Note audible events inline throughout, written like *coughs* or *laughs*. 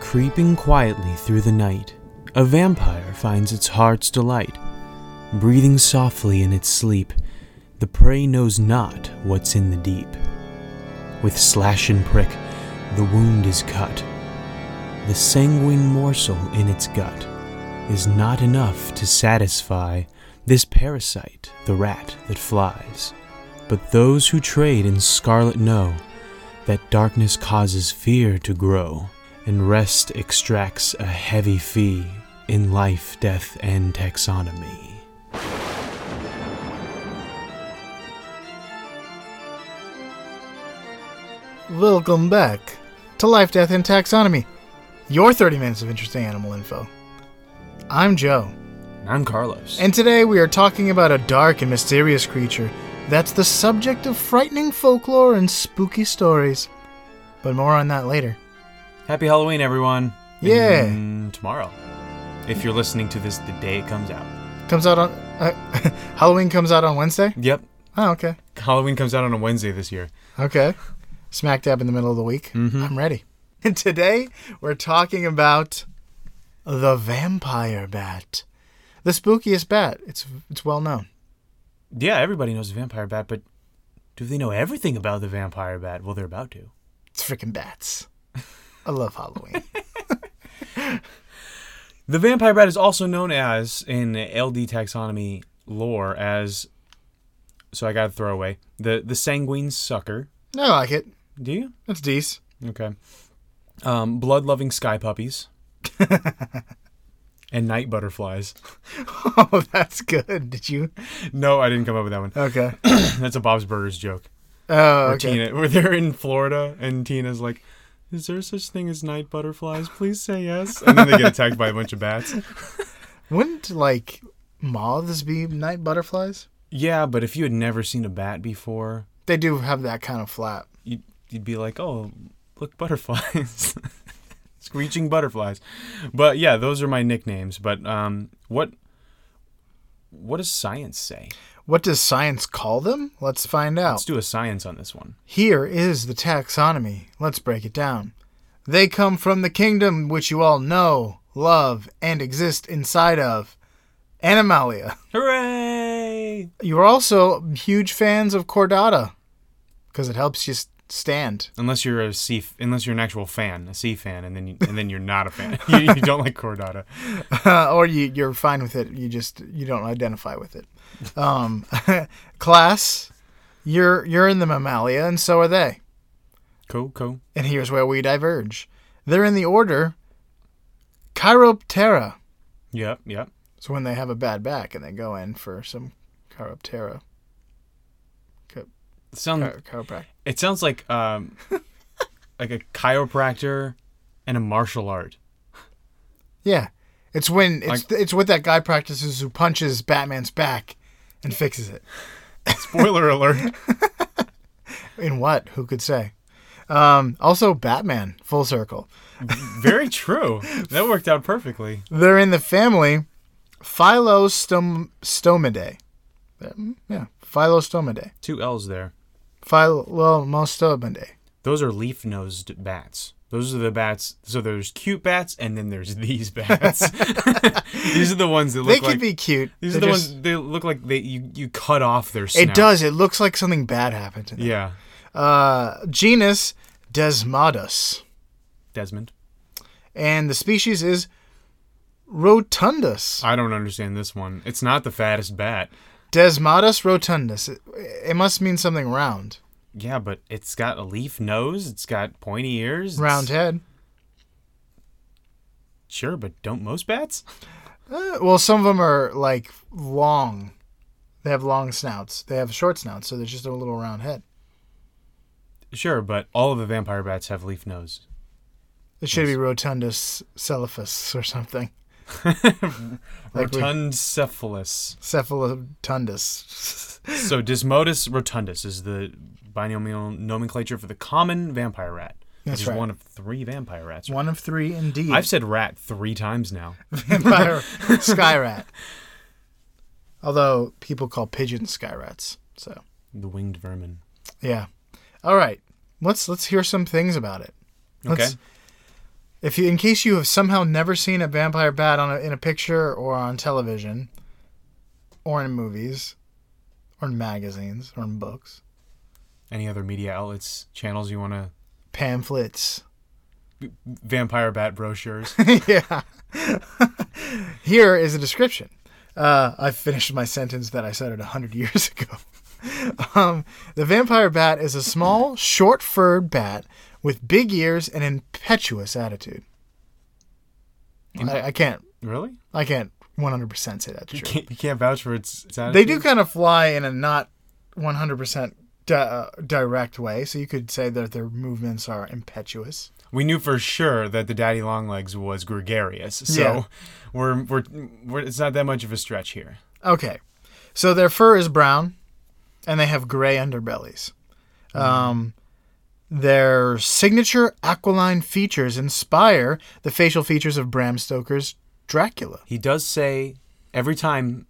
Creeping quietly through the night, a vampire finds its heart's delight. Breathing softly in its sleep, the prey knows not what's in the deep. With slash and prick, the wound is cut. The sanguine morsel in its gut is not enough to satisfy this parasite, the rat that flies. But those who trade in scarlet know that darkness causes fear to grow, and rest extracts a heavy fee in life, death, and taxonomy. Welcome back to Life, Death, and Taxonomy, your 30 minutes of interesting animal info. I'm Joe, I'm Carlos. and today we are talking about a dark and mysterious creature that's the subject of frightening folklore and spooky stories. But more on that later. Happy Halloween, everyone. Yeah. And tomorrow. If you're listening to this the day it comes out. Comes out on. Uh, *laughs* Halloween comes out on Wednesday? Yep. Oh, okay. Halloween comes out on a Wednesday this year. Okay. Smack dab in the middle of the week. I'm ready. *laughs* And today we're talking about the vampire bat. The spookiest bat. It's it's well known. Yeah, everybody knows the vampire bat, but do they know everything about the vampire bat? Well, they're about to. It's freaking bats. I love Halloween. The vampire bat is also known as, in LD taxonomy lore, as. So I got to throw away. The, the sanguine sucker. I like it. Do you? That's decent. *laughs* Okay. Um, Blood loving sky *laughs* puppies. and night butterflies. Oh, that's good. Did you? No, I didn't come up with that one. *clears throat* Okay. That's a Bob's Burgers joke. Oh, Where okay. Tina, *laughs* where they're in Florida, and Tina's like, "Is there such thing as night butterflies? Please say yes." And then they get attacked by a bunch of bats. Wouldn't like moths be night butterflies? *laughs* Yeah, but if you had never seen a bat before, They do have that kind of flap. you'd, you'd be like, "Oh, look, butterflies." *laughs* Screeching butterflies, but yeah, those are my nicknames. But um, what what does science say? What does science call them? Let's find out. Let's do a science on this one. Here is the taxonomy. Let's break it down. They come from the kingdom which you all know, love, and exist inside of Animalia. Hooray! You're also huge fans of Chordata because it helps you s- stand. Unless you're a C, unless you're an actual fan, a C fan, and then you, and then you're not a fan. *laughs* you, you don't like Cordata. Uh, or you, you're fine with it. You just you don't identify with it. Um, *laughs* class, you're you're in the mammalia, and so are they. Cool, cool. And here's where we diverge. They're in the order Chiroptera. Yep, yep. So when they have a bad back and they go in for some chiroptera, uh, chi- It sounds chi- chiropractic. it sounds like um *laughs* like a chiropractor and a martial art. Yeah, it's when it's Like- it's what that guy practices who punches Batman's back and fixes it. Spoiler *laughs* alert. In what? Who could say? Um, also, Batman full circle. Very true. That worked out perfectly. They're in the family Phyllostomidae. Um, Yeah, Phyllostomidae. Two L's there. Phyllostomidae. Those are leaf-nosed bats. Those are the bats. So there's cute bats, and then there's these *laughs* bats. *laughs* these are the ones that They look could like be cute. these are They're the just- ones. They look like they you, you cut off their. Snout. It does. It looks like something bad happened to them. Yeah, Uh, genus Desmodus, Desmond. and the species is Rotundus. I don't understand this one. It's not the fattest bat. Desmodus rotundus. It, it must mean something round, Yeah, but it's got a leaf nose. It's got pointy ears. it's- round head. Sure, but don't most bats? Uh, well, some of them are like long. They have long snouts. They have short snouts, so there's just a little round head. Sure, but all of the vampire bats have leaf nose. It should be rotundus celephus or something. *laughs* Like we- Rotundicephalus. Cephalotundus. so Desmodus rotundus is the binomial nomenclature for the common vampire rat. That's which right. is one of three vampire rats. *laughs* One of three, indeed. I've said rat three times now. *laughs* vampire sky rat. Although people call pigeons sky rats, so The winged vermin. yeah. All right, let's let's hear some things about it. Okay. Let's- If you, in case you have somehow never seen a vampire bat on a, in a picture or on television, or in movies, or in magazines, or in books, Any other media outlets, channels you want to? pamphlets. Vampire bat *laughs* brochures. yeah. Here is a description. Uh, I finished my sentence that I said it a hundred *laughs* years ago. um, the vampire bat is a small, short-furred bat with big ears and impetuous attitude. I, I can't. really? I can't. 100% say that's You true. can't, you can't vouch for its. its They attitude? do kind of fly in a not 100% di- uh, direct way, so you could say that their movements are impetuous. we knew for sure that the daddy long legs was gregarious so Yeah. *laughs* we're, we're we're it's not that much of a stretch here Okay. So their fur is brown and they have gray underbellies. Um, their signature aquiline features inspire the facial features of Bram Stoker's Dracula. he does say every time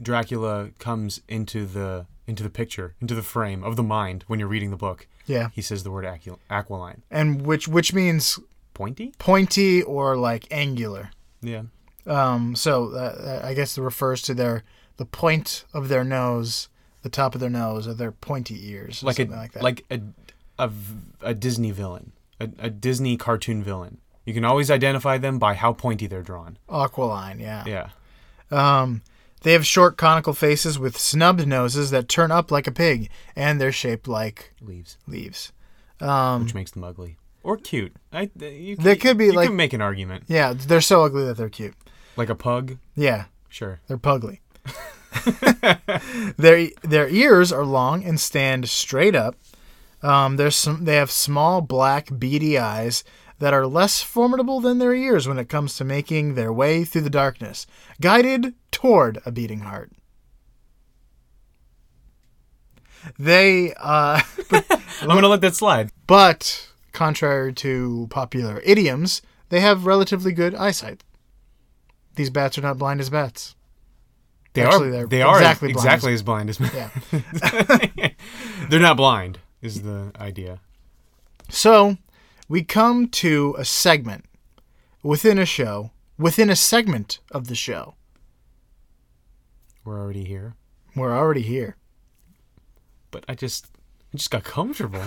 dracula comes into the into the picture into the frame of the mind when you're reading the book Yeah. he says the word acu- aquiline And which which means pointy pointy or like angular. yeah Um, so uh, I guess it refers to their the point of their nose, the top of their nose, or their pointy ears, or like a something like that. like a a, v- a disney villain a, a disney cartoon villain you can always identify them by how pointy they're drawn aquiline, yeah. yeah Um, they have short conical faces with snubbed noses that turn up like a pig, and they're shaped like leaves leaves. Um, which makes them ugly or cute i you They could be you like- can make an argument yeah, they're so ugly that they're cute. Like a pug? Yeah, Sure. they're pugly. their their ears are long and stand straight up. Um, there's some they have small black beady eyes that are less formidable than their ears when it comes to making their way through the darkness, guided toward a beating heart. They uh, I'm going to let that slide. But contrary to popular idioms, they have relatively good eyesight. These bats are not blind as bats. They Actually, are they're they are exactly exactly blind. exactly as blind as me. Yeah. *laughs* They're not blind is the idea. So we come to a segment within a show, within a segment of the show. We're already here, We're already here. *laughs* but I just I just got *laughs* comfortable.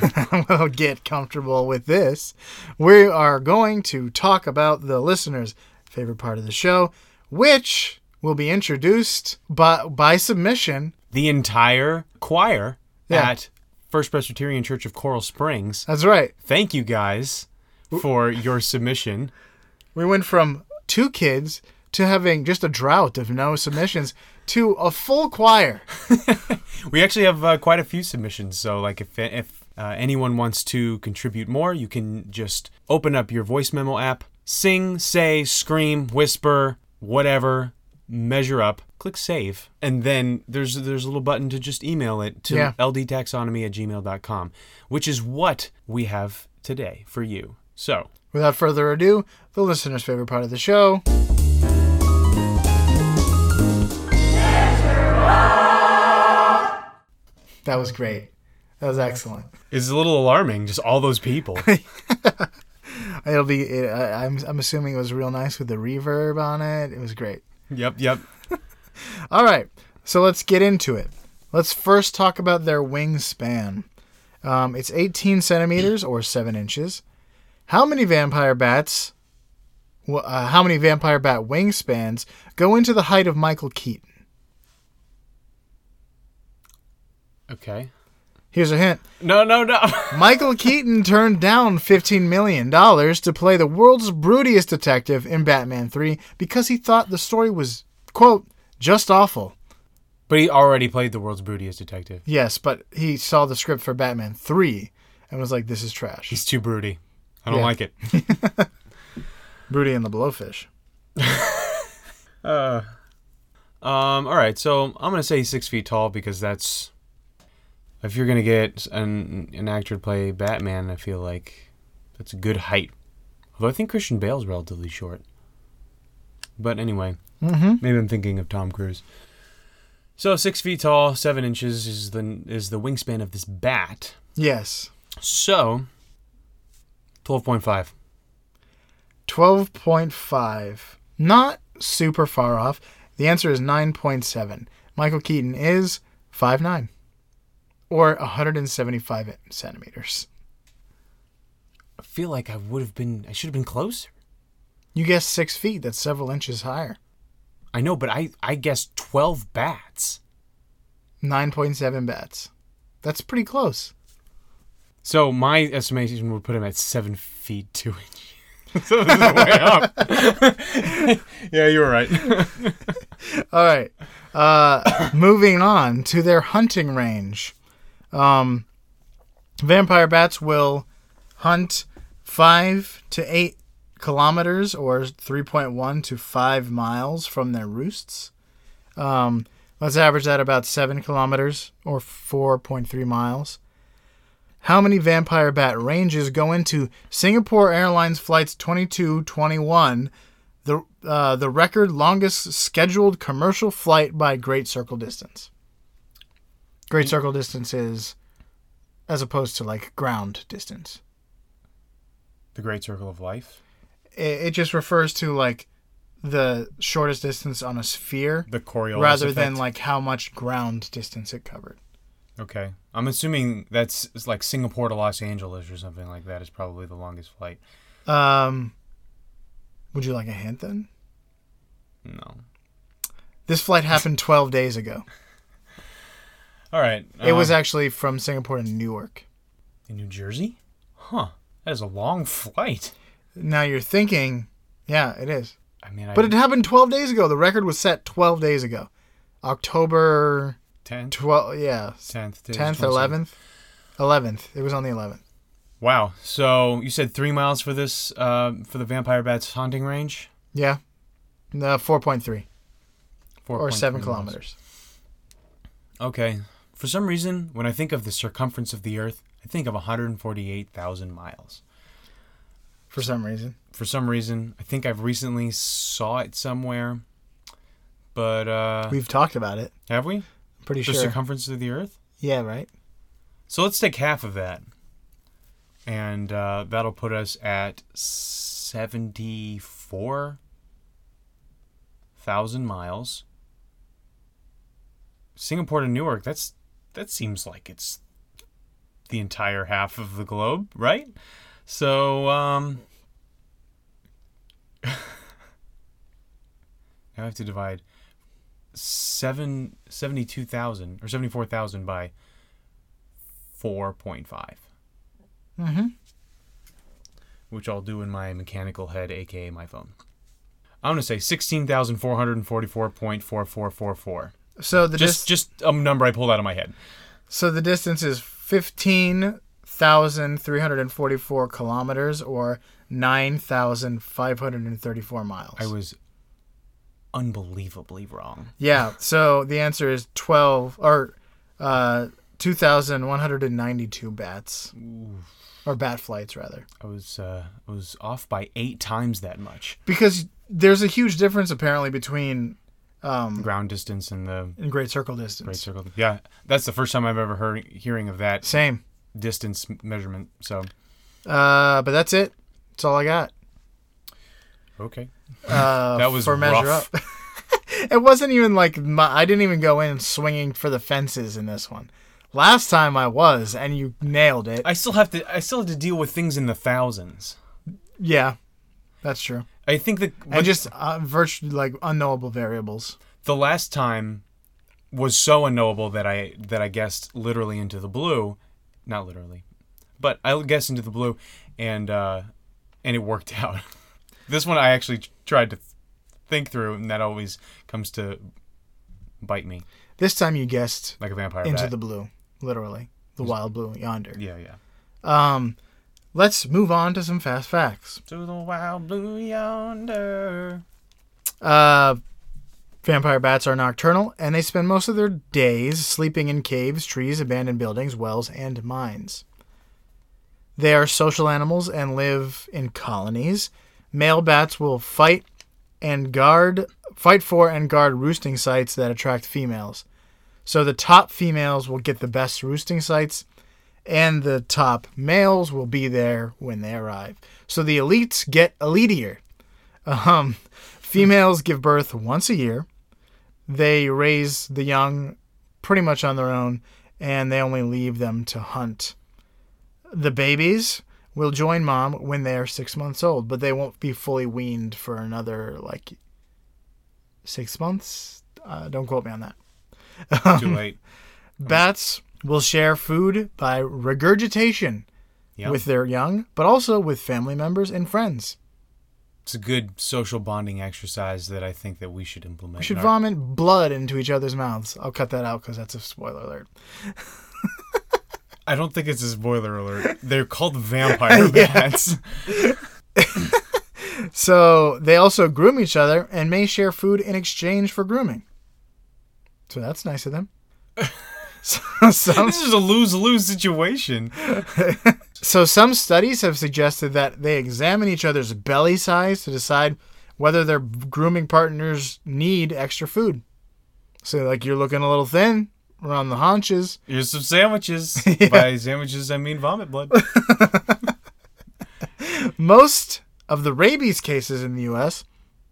well, get comfortable with this. We are going to talk about the listeners' favorite part of the show, which will be introduced by, by submission. the entire choir Yeah. at First Presbyterian Church of Coral Springs. That's right. Thank you guys for your submission. We went from two kids to having just a drought of no submissions to a full choir. We actually have uh, quite a few submissions, so like if if uh, anyone wants to contribute more, you can just open up your voice memo app, sing, say, scream, whisper, whatever, measure up, click save, and then there's there's a little button to just email it to Yeah. ldtaxonomy at gmail.com, which is what we have today for you. So Without further ado, the listener's favorite part of the show. That was great. That was excellent. it's a little alarming, just all those people. It'll be. It, I, I'm. I'm assuming it was real nice with the reverb on it. It was great. yep, yep. All right, so let's get into it. Let's first talk about their wingspan. Um, it's 18 centimeters or 7 inches. How many vampire bats, wh- uh, how many vampire bat wingspans go into the height of Michael Keaton? Okay. Here's a hint No, no, no. Michael Keaton turned down $15 million to play the world's broodiest detective in Batman 3 because he thought the story was, quote, just awful. but he already played the world's broodiest detective. Yes, but he saw the script for Batman 3 and was like, this is trash. He's too broody. I don't Yeah. like it. Broody and the Blowfish. Uh, um. All right. So I'm gonna say six feet tall because that's if you're gonna get an an actor to play Batman, I feel like that's a good height. Although I think Christian Bale's relatively short. But anyway, Mm-hmm. maybe I'm thinking of Tom Cruise. So six feet tall, seven inches is the is the wingspan of this bat. Yes. So twelve point five. 12.5. Not super far off. The answer is 9.7. Michael Keaton is 5'9 or 175 centimeters. I feel like I would have been, I should have been closer. You guessed six feet. That's several inches higher. I know, but I, I guessed 12 bats. 9.7 bats. That's pretty close. So my estimation would put him at seven feet two inches. *laughs* so this is way *laughs* up. yeah, you were right. All right. Uh, *coughs* moving on to their hunting range. Um, vampire bats will hunt five to eight kilometers or 3.1 to five miles from their roosts. Um, let's average that about seven kilometers or 4.3 miles. How many vampire bat ranges go into Singapore Airlines flights 2221? the uh, the record longest scheduled commercial flight by Great Circle Distance. Great Circle Distance is, as opposed to like ground distance. *laughs* The Great Circle of Life. It, it just refers to like the shortest distance on a sphere, The Coriolis. rather effect. than like how much ground distance it covered. Okay, I'm assuming that's it's like Singapore to Los Angeles or something like that is probably the longest flight. Um, would you like a hint then? No. This flight happened 12 days ago. All right. It was um, actually from Singapore to Newark. in New Jersey. Huh. That is a long flight. Now you're thinking, yeah, it is. I mean, But I, it happened 12 days ago. The record was set 12 days ago. October 10th, 12, yeah. 10th, 10th, 11th. 11th. 11th. It was on the 11th. Wow. So you said three miles for this uh, for the vampire bat's hunting range, Yeah. No, 4.3 Four or point 7 three miles. kilometers. Okay. For some reason, when I think of the circumference of the Earth, I think of 148,000 miles. For some reason. For some reason, I think I've recently saw it somewhere, but uh, We've talked about it. have we? I'm pretty The sure. circumference of the Earth. yeah, right? So let's take half of that, and uh, that'll put us at 74,000 miles. Singapore to Newark. That's that seems like it's the entire half of the globe, right? So um, *laughs* now I have to divide seven seventy-two thousand or seventy-four thousand by four point five, Mm-hmm. which I'll do in my mechanical head, aka my phone. I'm gonna say sixteen thousand four hundred and forty-four point four four four four. So the Just dis- just a number I pulled out of my head. so the distance is 15,344 kilometers or 9,534 miles. I was unbelievably wrong. Yeah. So the answer is twelve or uh, two thousand one hundred and ninety-two bats, or bat flights rather, I was uh, I was off by eight times that much. because there's a huge difference apparently between um, Ground distance and the in great circle right distance. circle. Yeah, that's the first time I've ever heard hearing of that Same. distance measurement. So Uh, but that's it. That's all I got. okay, Uh, That was for measure rough. up. *laughs* it wasn't even like my, I didn't even go in swinging for the fences in this one. Last time I was, and you nailed it. I still have to I still have to deal with things in the thousands. yeah, that's true. I think that And just uh, virtually like unknowable variables. the last time was so unknowable that I that I guessed literally into the blue, not literally, but I guessed into the blue, and uh, and it worked *laughs* out. this one I actually t- tried to think through, and that always comes to bite me This time you guessed like a vampire. into bat. the blue, literally the wild blue yonder. yeah, yeah. Um, let's move on to some fast facts. To the wild blue yonder. Uh, vampire bats are nocturnal and they spend most of their days sleeping in caves, trees, abandoned buildings, wells, and mines. They are social animals and live in colonies. Male bats will fight and guard fight for and guard roosting sites that attract females. So the top females will get the best roosting sites and the top males will be there when they arrive. So the elites get elitier. Um, females give birth once a year. They raise the young pretty much on their own, and they only leave them to hunt. The babies will join mom when they are six months old, but they won't be fully weaned for another like six months. Uh, don't quote me on that. Too *laughs* late. Bats will share food by regurgitation Yeah. with their young, but also with family members and friends. it's a good social bonding exercise that I think that we should implement. We should in our- vomit blood into each other's mouths. I'll cut that out because that's a spoiler alert. I don't think it's a spoiler *laughs* alert. They're called vampire bats. So they also groom each other and may share food in exchange for grooming. So that's nice of them. so, *laughs* some, this is a lose lose situation. so some studies have suggested that they examine each other's belly size to decide whether their grooming partners need extra food. So like you're looking a little thin, we're on the haunches. Here's some sandwiches. By sandwiches, I mean vomit blood. Most of the rabies cases in the US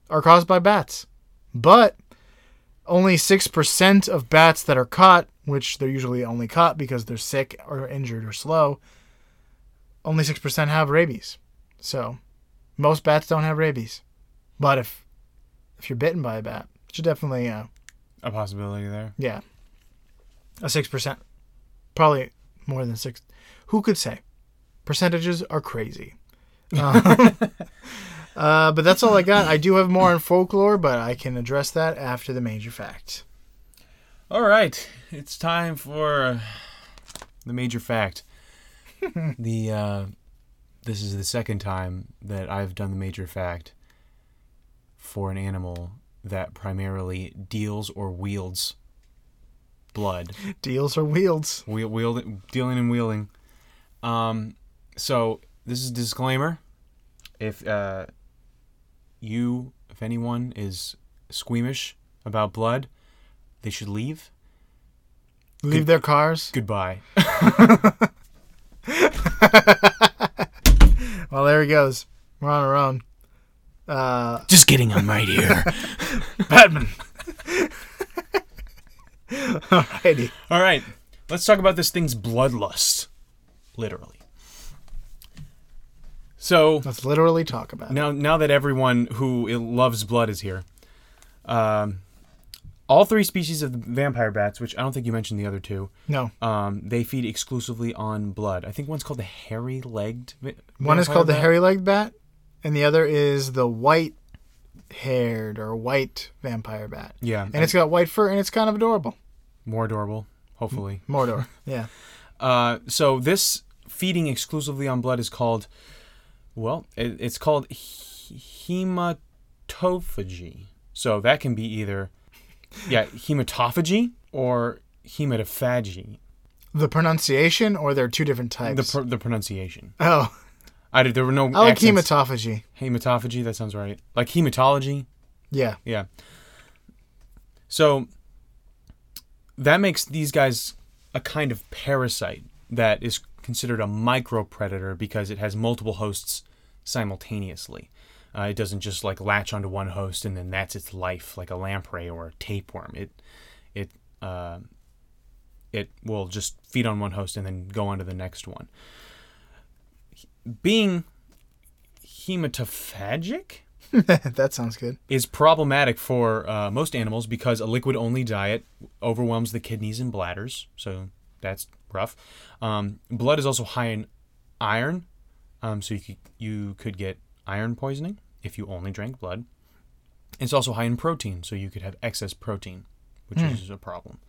are caused by bats, but only 6% of bats that are caught, which they're usually only caught because they're sick or injured or slow, only 6% have rabies. So most bats don't have rabies. But if if you're bitten by a bat, you should definitely uh, A possibility there. yeah. A 6%. Probably more than 6. Who could say? Percentages are *laughs* crazy. Um, *laughs* uh, but that's all I got. I do have more on folklore, but I can address that after the major fact. All right, it's time for uh, the major fact. the uh, this is the second time that I've done the major fact for an animal that primarily deals or wields blood. Deals or wields. Wheel, wielding, dealing and wheeling. Um, so this is a disclaimer. If uh, you, if anyone is squeamish about blood, they should leave. Leave their cars. Goodbye. Well, there he goes. We're on our own. Uh, Just kidding, I'm right here. Batman. Alrighty. *laughs* All right, let's talk about this thing's bloodlust, literally. So Let's literally talk about it. now, now that everyone who i- loves blood is here, um, all three species of the vampire bats, which I don't think you mentioned the other two, No. um, they feed exclusively on blood. I think one's called the hairy-legged. va- One is vampire called the bat. hairy legged bat, and the other is the white haired or white vampire bat. Yeah, And it's got white fur and it's kind of adorable. more adorable, hopefully. Mordor. Yeah. Uh, so this feeding exclusively on blood is called, well, it, it's called he- hematophagy. So that can be either, yeah, hematophagy or hematophagy. The pronunciation or there are two different types. The, pr- the pronunciation. oh, I did, there were no I like accents. hematophagy. hematophagy. That sounds right. Like hematology. Yeah. *laughs* Yeah. So that makes these guys a kind of parasite that is considered a micro predator because it has multiple hosts simultaneously. Uh, it doesn't just like latch onto one host and then that's its life, like a lamprey or a tapeworm. It it uh, it will just feed on one host and then go on to the next one. Being hematophagic, that sounds good. is problematic for uh, most animals because a liquid only diet overwhelms the kidneys and bladders. So that's rough. Um, blood is also high in iron. Um, so you could, you could get iron poisoning if you only drank blood. It's also high in protein. So you could have excess protein, which is a problem.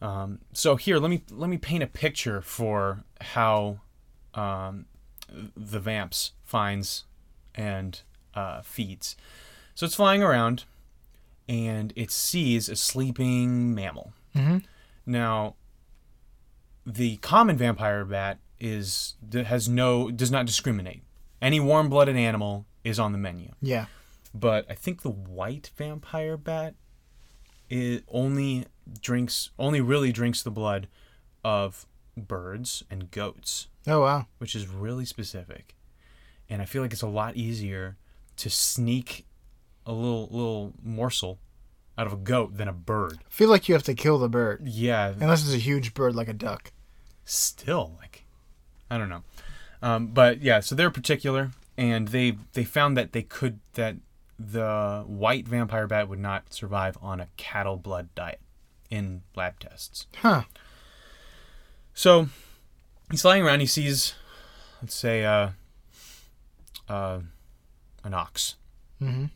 Um, so here, let me let me paint a picture for how um, the vamps finds and uh, feeds. So it's flying around and it sees a sleeping mammal. Mhm. Now, the common vampire bat is that has no does not discriminate. Any warm-blooded animal is on the menu. Yeah. But I think the white vampire bat it only drinks only really drinks the blood of birds and goats, Oh wow. which is really specific. And I feel like it's a lot easier to sneak a little little morsel out of a goat than a bird. I feel like you have to kill the bird Yeah, unless it's a huge bird like a duck. still like I don't know. Um, but yeah, so they're particular, and they they found that they could that the white vampire bat would not survive on a cattle blood diet in lab tests. Huh. So he's lying around. He sees, let's say, uh, uh, an ox. Mhm.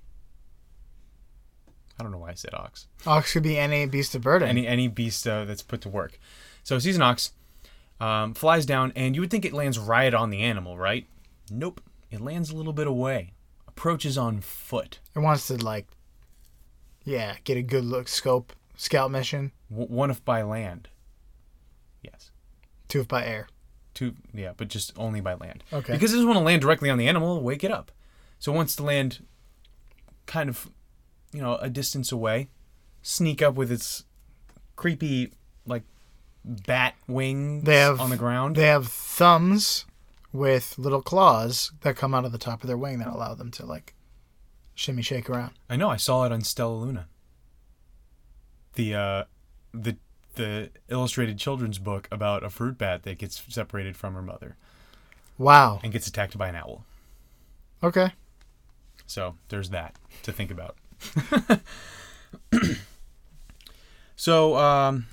I don't know why I said ox. Ox could be any beast of burden. Any any beast uh, that's put to work. So he sees an ox, um, flies down, and you would think it lands right on the animal, right? Nope. It lands a little bit away. Approaches on foot. It wants to like, yeah, get a good look scope scout mission. W- one if by land. Yes. Two if by air. Two, yeah, but just only by land. Okay. Because it doesn't want to land directly on the animal, it'll wake it up. So it wants to land kind of, you know, a distance away, sneak up with its creepy, like, bat wings They have- on the ground. They have thumbs with little claws that come out of the top of their wing that allow them to like shimmy shake around. I know, I saw it on Stella Luna. The, uh, the, the illustrated children's book about a fruit bat that gets separated from her mother Wow. and gets attacked by an owl. Okay. So there's that to think about. *coughs* so um,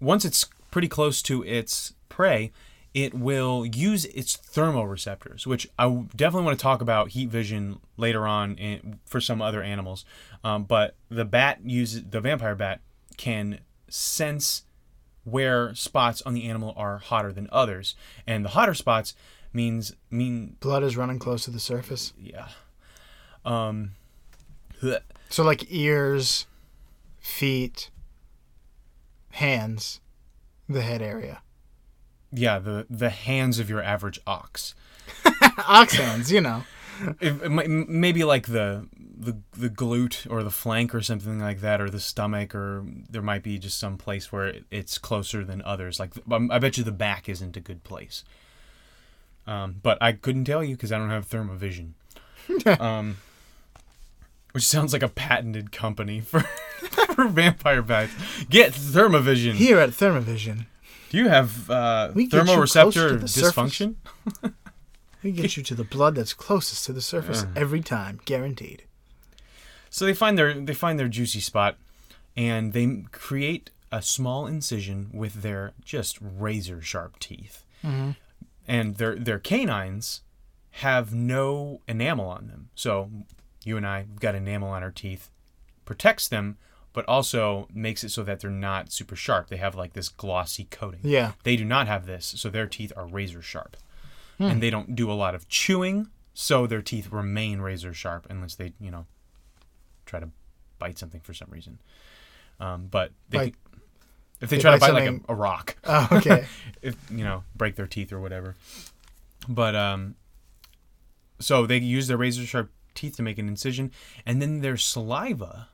once it's pretty close to its prey, it will use its thermoreceptors, which I w- definitely want to talk about heat vision later on in, for some other animals. Um, but the bat uses the vampire bat can sense where spots on the animal are hotter than others, and the hotter spots means mean Blood is running close to the surface. yeah. Um, bleh. So like ears, feet, hands, the head area. yeah, the the hands of your average ox. Ox hands, you know. If- it might- m- maybe like the the the glute or the flank or something like that, or the stomach, or there might be just some place where it- it's closer than others. Like um, I bet you the back isn't a good place. Um, but I couldn't tell you because I don't have thermovision. um, which sounds like a patented company for, *laughs* for vampire bats. Get thermovision. Here at Thermovision, Do you have uh, We get you closer to thermoreceptor the dysfunction? we get you to the blood that's closest to the surface every time, guaranteed. So they find their they find their juicy spot, and they m- create a small incision with their just razor sharp teeth, Mm-hmm. and their their canines have no enamel on them. So you and I have got enamel on our teeth, protects them, but also makes it so that they're not super sharp. They have like this glossy coating. Yeah. They do not have this, so their teeth are razor sharp. Hmm. And they don't do a lot of chewing, so their teeth remain razor sharp unless they, you know, try to bite something for some reason. Um, but they, Bite- if they, they try to bite bite like a, something- a rock, Oh, okay. if you know, break their teeth or whatever. But um, so they use their razor sharp teeth to make an incision, and then their saliva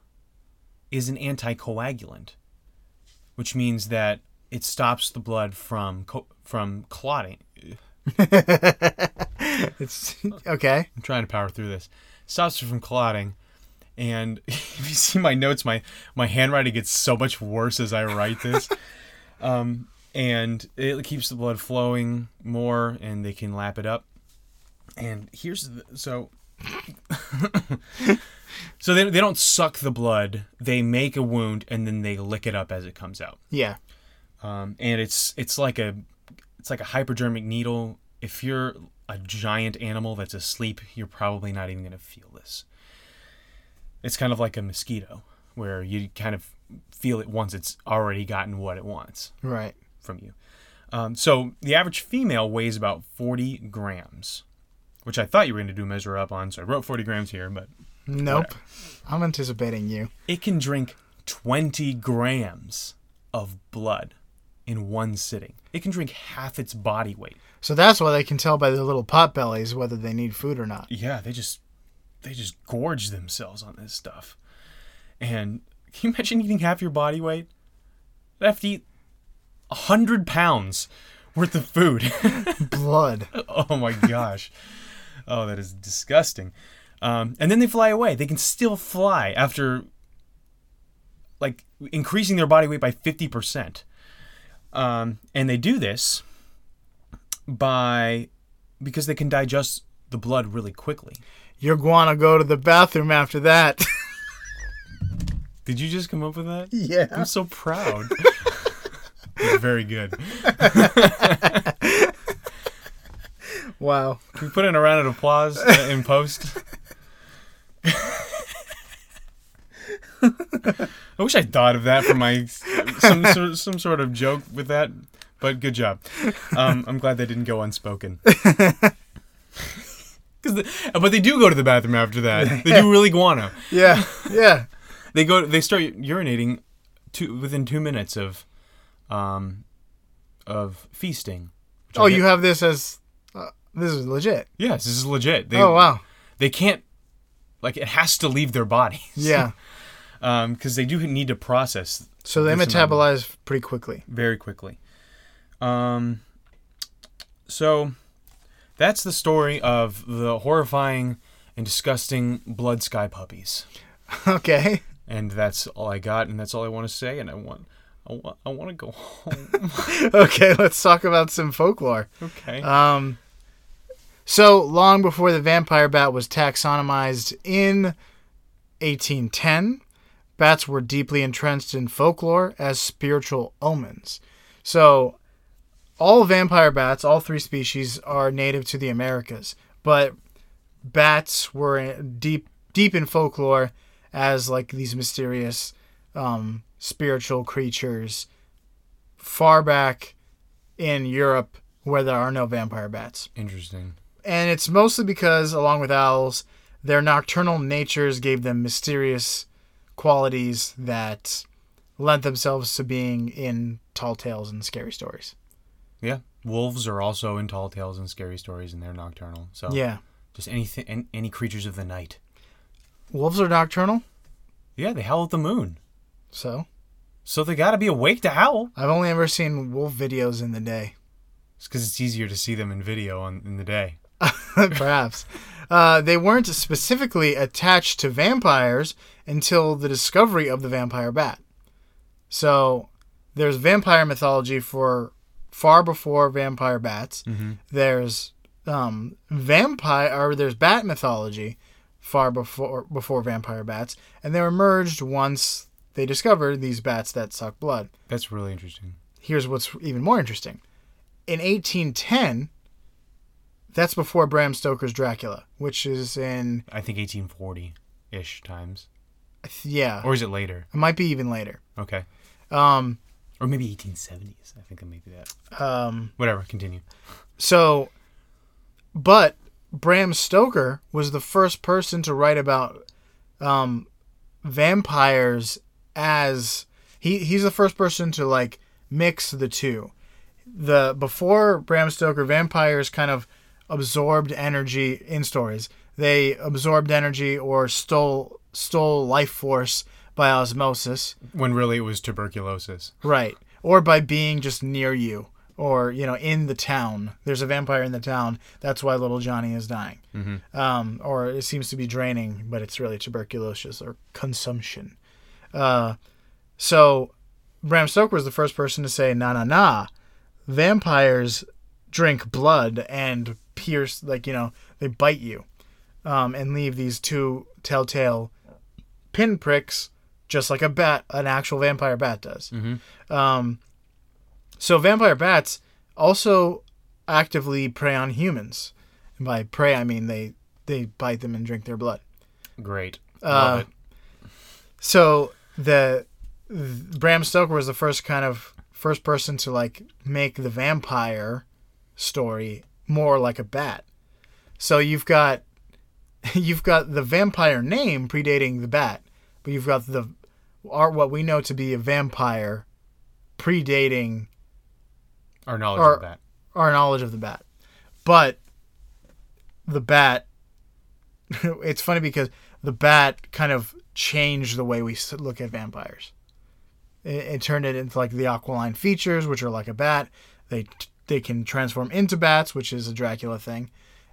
is an anticoagulant, which means that it stops the blood from co- from clotting. it's okay. I'm trying to power through this. Stops it from clotting. And *laughs* if you see my notes, my my handwriting gets so much worse as I write this. um, and it keeps the blood flowing more, and they can lap it up. And here's the, so. *laughs* so they, they don't suck the blood. They make a wound and then they lick it up as it comes out Yeah. um, and it's it's like a it's like a hypodermic needle. If you're a giant animal that's asleep, you're probably not even gonna feel this. It's kind of like a mosquito, where you kind of feel it once it's already gotten what it wants Right. from you. Um, so the average female weighs about 40 grams, which I thought you were gonna do a measure up on. So I wrote 40 grams here, but Nope. I'm anticipating you. it can drink 20 grams of blood in one sitting. It can drink half its body weight. So that's why they can tell by their little pot bellies whether they need food or not. Yeah, they just they just gorge themselves on this stuff. *laughs* And can you imagine eating half your body weight? I'd have to eat hundred pounds worth of food. *laughs* Blood. oh my gosh. Oh, that is disgusting. Um, and then they fly away. They can still fly after like increasing their body weight by 50%. Um, and they do this by because they can digest the blood really quickly. You're going to go to the bathroom after that. Did you just come up with that? yeah. I'm so proud. *laughs* You're very good. Wow. Can we put in a round of applause uh, in post? I wish I thought of that for my some sort, some sort of joke with that, but good job. Um, I'm glad they didn't go unspoken. 'Cause the- but they do go to the bathroom after that. They do really guano. Yeah. Yeah. They go. They start urinating two, within two minutes of um, of feasting. which I Oh, get- you have this as uh, this is legit. Yes, this is legit. They, oh wow. they can't like it has to leave their body *laughs* Yeah. um because they do need to process So they This amount of- metabolize pretty quickly. *laughs* very quickly um so that's the story of the horrifying and disgusting blood sky puppies Okay. *laughs* and that's all i got and that's all i want to say and i want i want, I want to go *laughs* home Okay, let's talk about some folklore. okay Um, so long before the vampire bat was taxonomized in 1810, bats were deeply entrenched in folklore as spiritual omens. So all vampire bats, all three species, are native to the Americas, but bats were in- deep deep in folklore as like these mysterious um, spiritual creatures far back in Europe where there are no vampire bats. interesting And it's mostly because, along with owls, their nocturnal natures gave them mysterious qualities that lent themselves to being in tall tales and scary stories. yeah wolves are also in tall tales and scary stories and they're nocturnal so Yeah. just anything an- any creatures of the night Wolves are nocturnal, yeah they howl at the moon so so they gotta be awake to howl I've only ever seen wolf videos in the day, It's because it's easier to see them in video on in the day. *laughs* perhaps. Uh, they weren't specifically attached to vampires until the discovery of the vampire bat. So there's vampire mythology for far before vampire bats. There's um, vampire or there's bat mythology far before before vampire bats, and they were merged once they discovered these bats that suck blood. That's really interesting. Here's what's even more interesting. In 1810, that's before Bram Stoker's Dracula, which is in I think 1840 ish times, yeah, or is it later? it might be even later. Okay, Um, or maybe 1870s. I think it may be that. um, Whatever. Continue. So, but Bram Stoker was the first person to write about um, vampires as he he's the first person to like mix the two. The before Bram Stoker, vampires kind of absorbed energy in stories. They absorbed energy or stole stole life force by osmosis. When really it was tuberculosis. Right. Or by being just near you or, you know, in the town. There's a vampire in the town. That's why little Johnny is dying. Um, or it seems to be draining, but it's really tuberculosis or consumption. Uh, so Bram Stoker was the first person to say, nah, nah, nah. Vampires drink blood and pierce, like, you know, they bite you um, and leave these two telltale pinpricks just like a bat, an actual vampire bat does. Um, so vampire bats also actively prey on humans. And by prey, I mean they they bite them and drink their blood. Great. Love Uh, it. So the, th- Bram Stoker was the first kind of first person to like make the vampire story more like a bat. So you've got *laughs* you've got the vampire name predating the bat, but you've got the are what we know to be a vampire predating Our knowledge or- of that. our knowledge of the bat. But the bat, *laughs* it's funny because the bat kind of changed the way we s- look at vampires. It, it turned it into like the Aqualine features, which are like a bat. They they can transform into bats, which is a Dracula thing,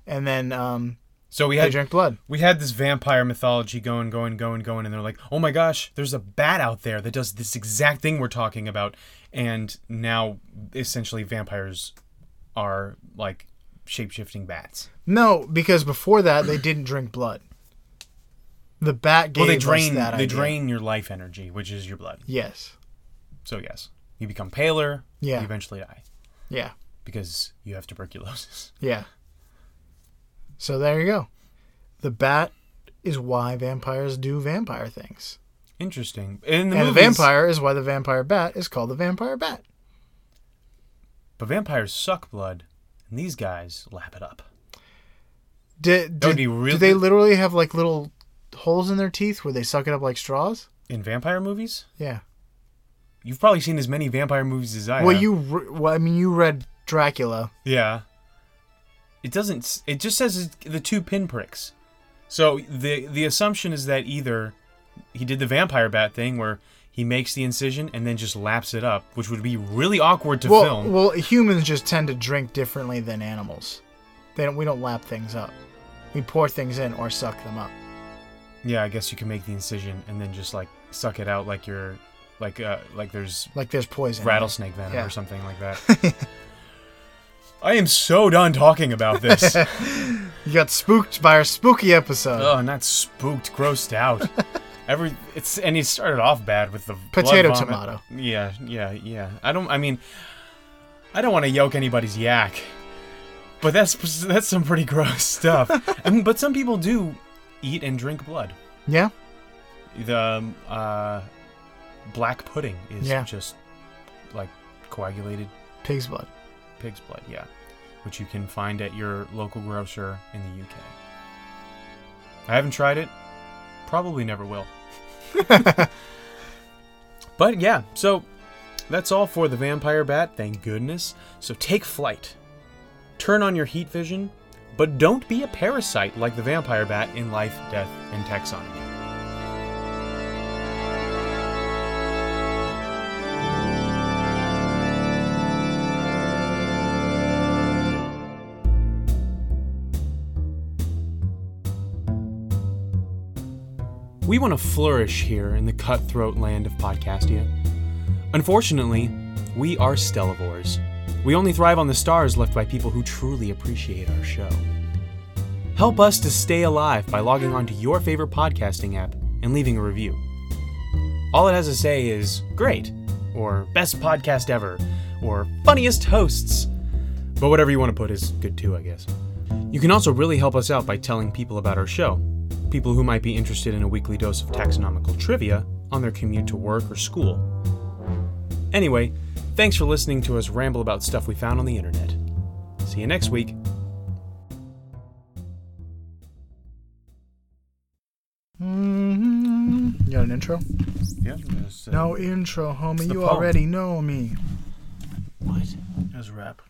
and then um, So we they had drink blood. we had this vampire mythology going, going, going, going, and they're like, oh my gosh, there's a bat out there that does this exact thing we're talking about, and now essentially vampires are like shape shifting bats. No, because before that they didn't drink blood. The bat gave Well, they us drain that they idea. drain your life energy, which is your blood. Yes. So yes, you become paler. Yeah. You eventually die Yeah. because you have tuberculosis. *laughs* Yeah. So there you go. The bat is why vampires do vampire things. Interesting. In the and the movies- vampire is why the vampire bat is called the vampire bat. but vampires suck blood, and these guys lap it up. Did, would did, be real do they good. literally have like little holes in their teeth where they suck it up like straws? In vampire movies, Yeah. you've probably seen as many vampire movies as I Well, have. you re- well, I mean, you read Dracula. Yeah. It doesn't. s- It just says it's the two pinpricks. So the the assumption is that either he did the vampire bat thing where he makes the incision and then just laps it up, which would be really awkward to well, film. well, humans just tend to drink differently than animals. They don't, we don't lap things up. We pour things in or suck them up. yeah, I guess you can make the incision and then just like suck it out like you're like uh like there's Like there's poison. in it. rattlesnake venom Yeah. or something like that. *laughs* I am so done talking about *laughs* this. You got spooked by our spooky episode. oh, not spooked, grossed out. *laughs* Every it's and he started off bad with the blood Potato vomit. tomato. Yeah, yeah, yeah. I don't. I mean, I don't want to yoke anybody's yak, but that's that's some pretty gross *laughs* stuff. I mean, but some people do eat and drink blood. Yeah. The um, uh, black pudding is Yeah. just like coagulated Pig's blood. pig's blood. Yeah, which you can find at your local grocer in the UK. I haven't tried it. Probably never will. But yeah, so that's all for the vampire bat, thank goodness. So take flight. Turn on your heat vision, but don't be a parasite like the vampire bat in life, death, and taxonomy. We want to flourish here in the cutthroat land of Podcastia. Unfortunately, we are stellivores. We only thrive on the stars left by people who truly appreciate our show. Help us to stay alive by logging on to your favorite podcasting app and leaving a review. All it has to say is great, or best podcast ever, or funniest hosts. But whatever you want to put is good too, I guess. You can also really help us out by telling people about our show, people who might be interested in a weekly dose of taxonomical trivia on their commute to work or school. Anyway, thanks for listening to us ramble about stuff we found on the internet. See you next week. hmm You got an intro? Yeah, No intro, homie. the You poem. already know me. What? rap.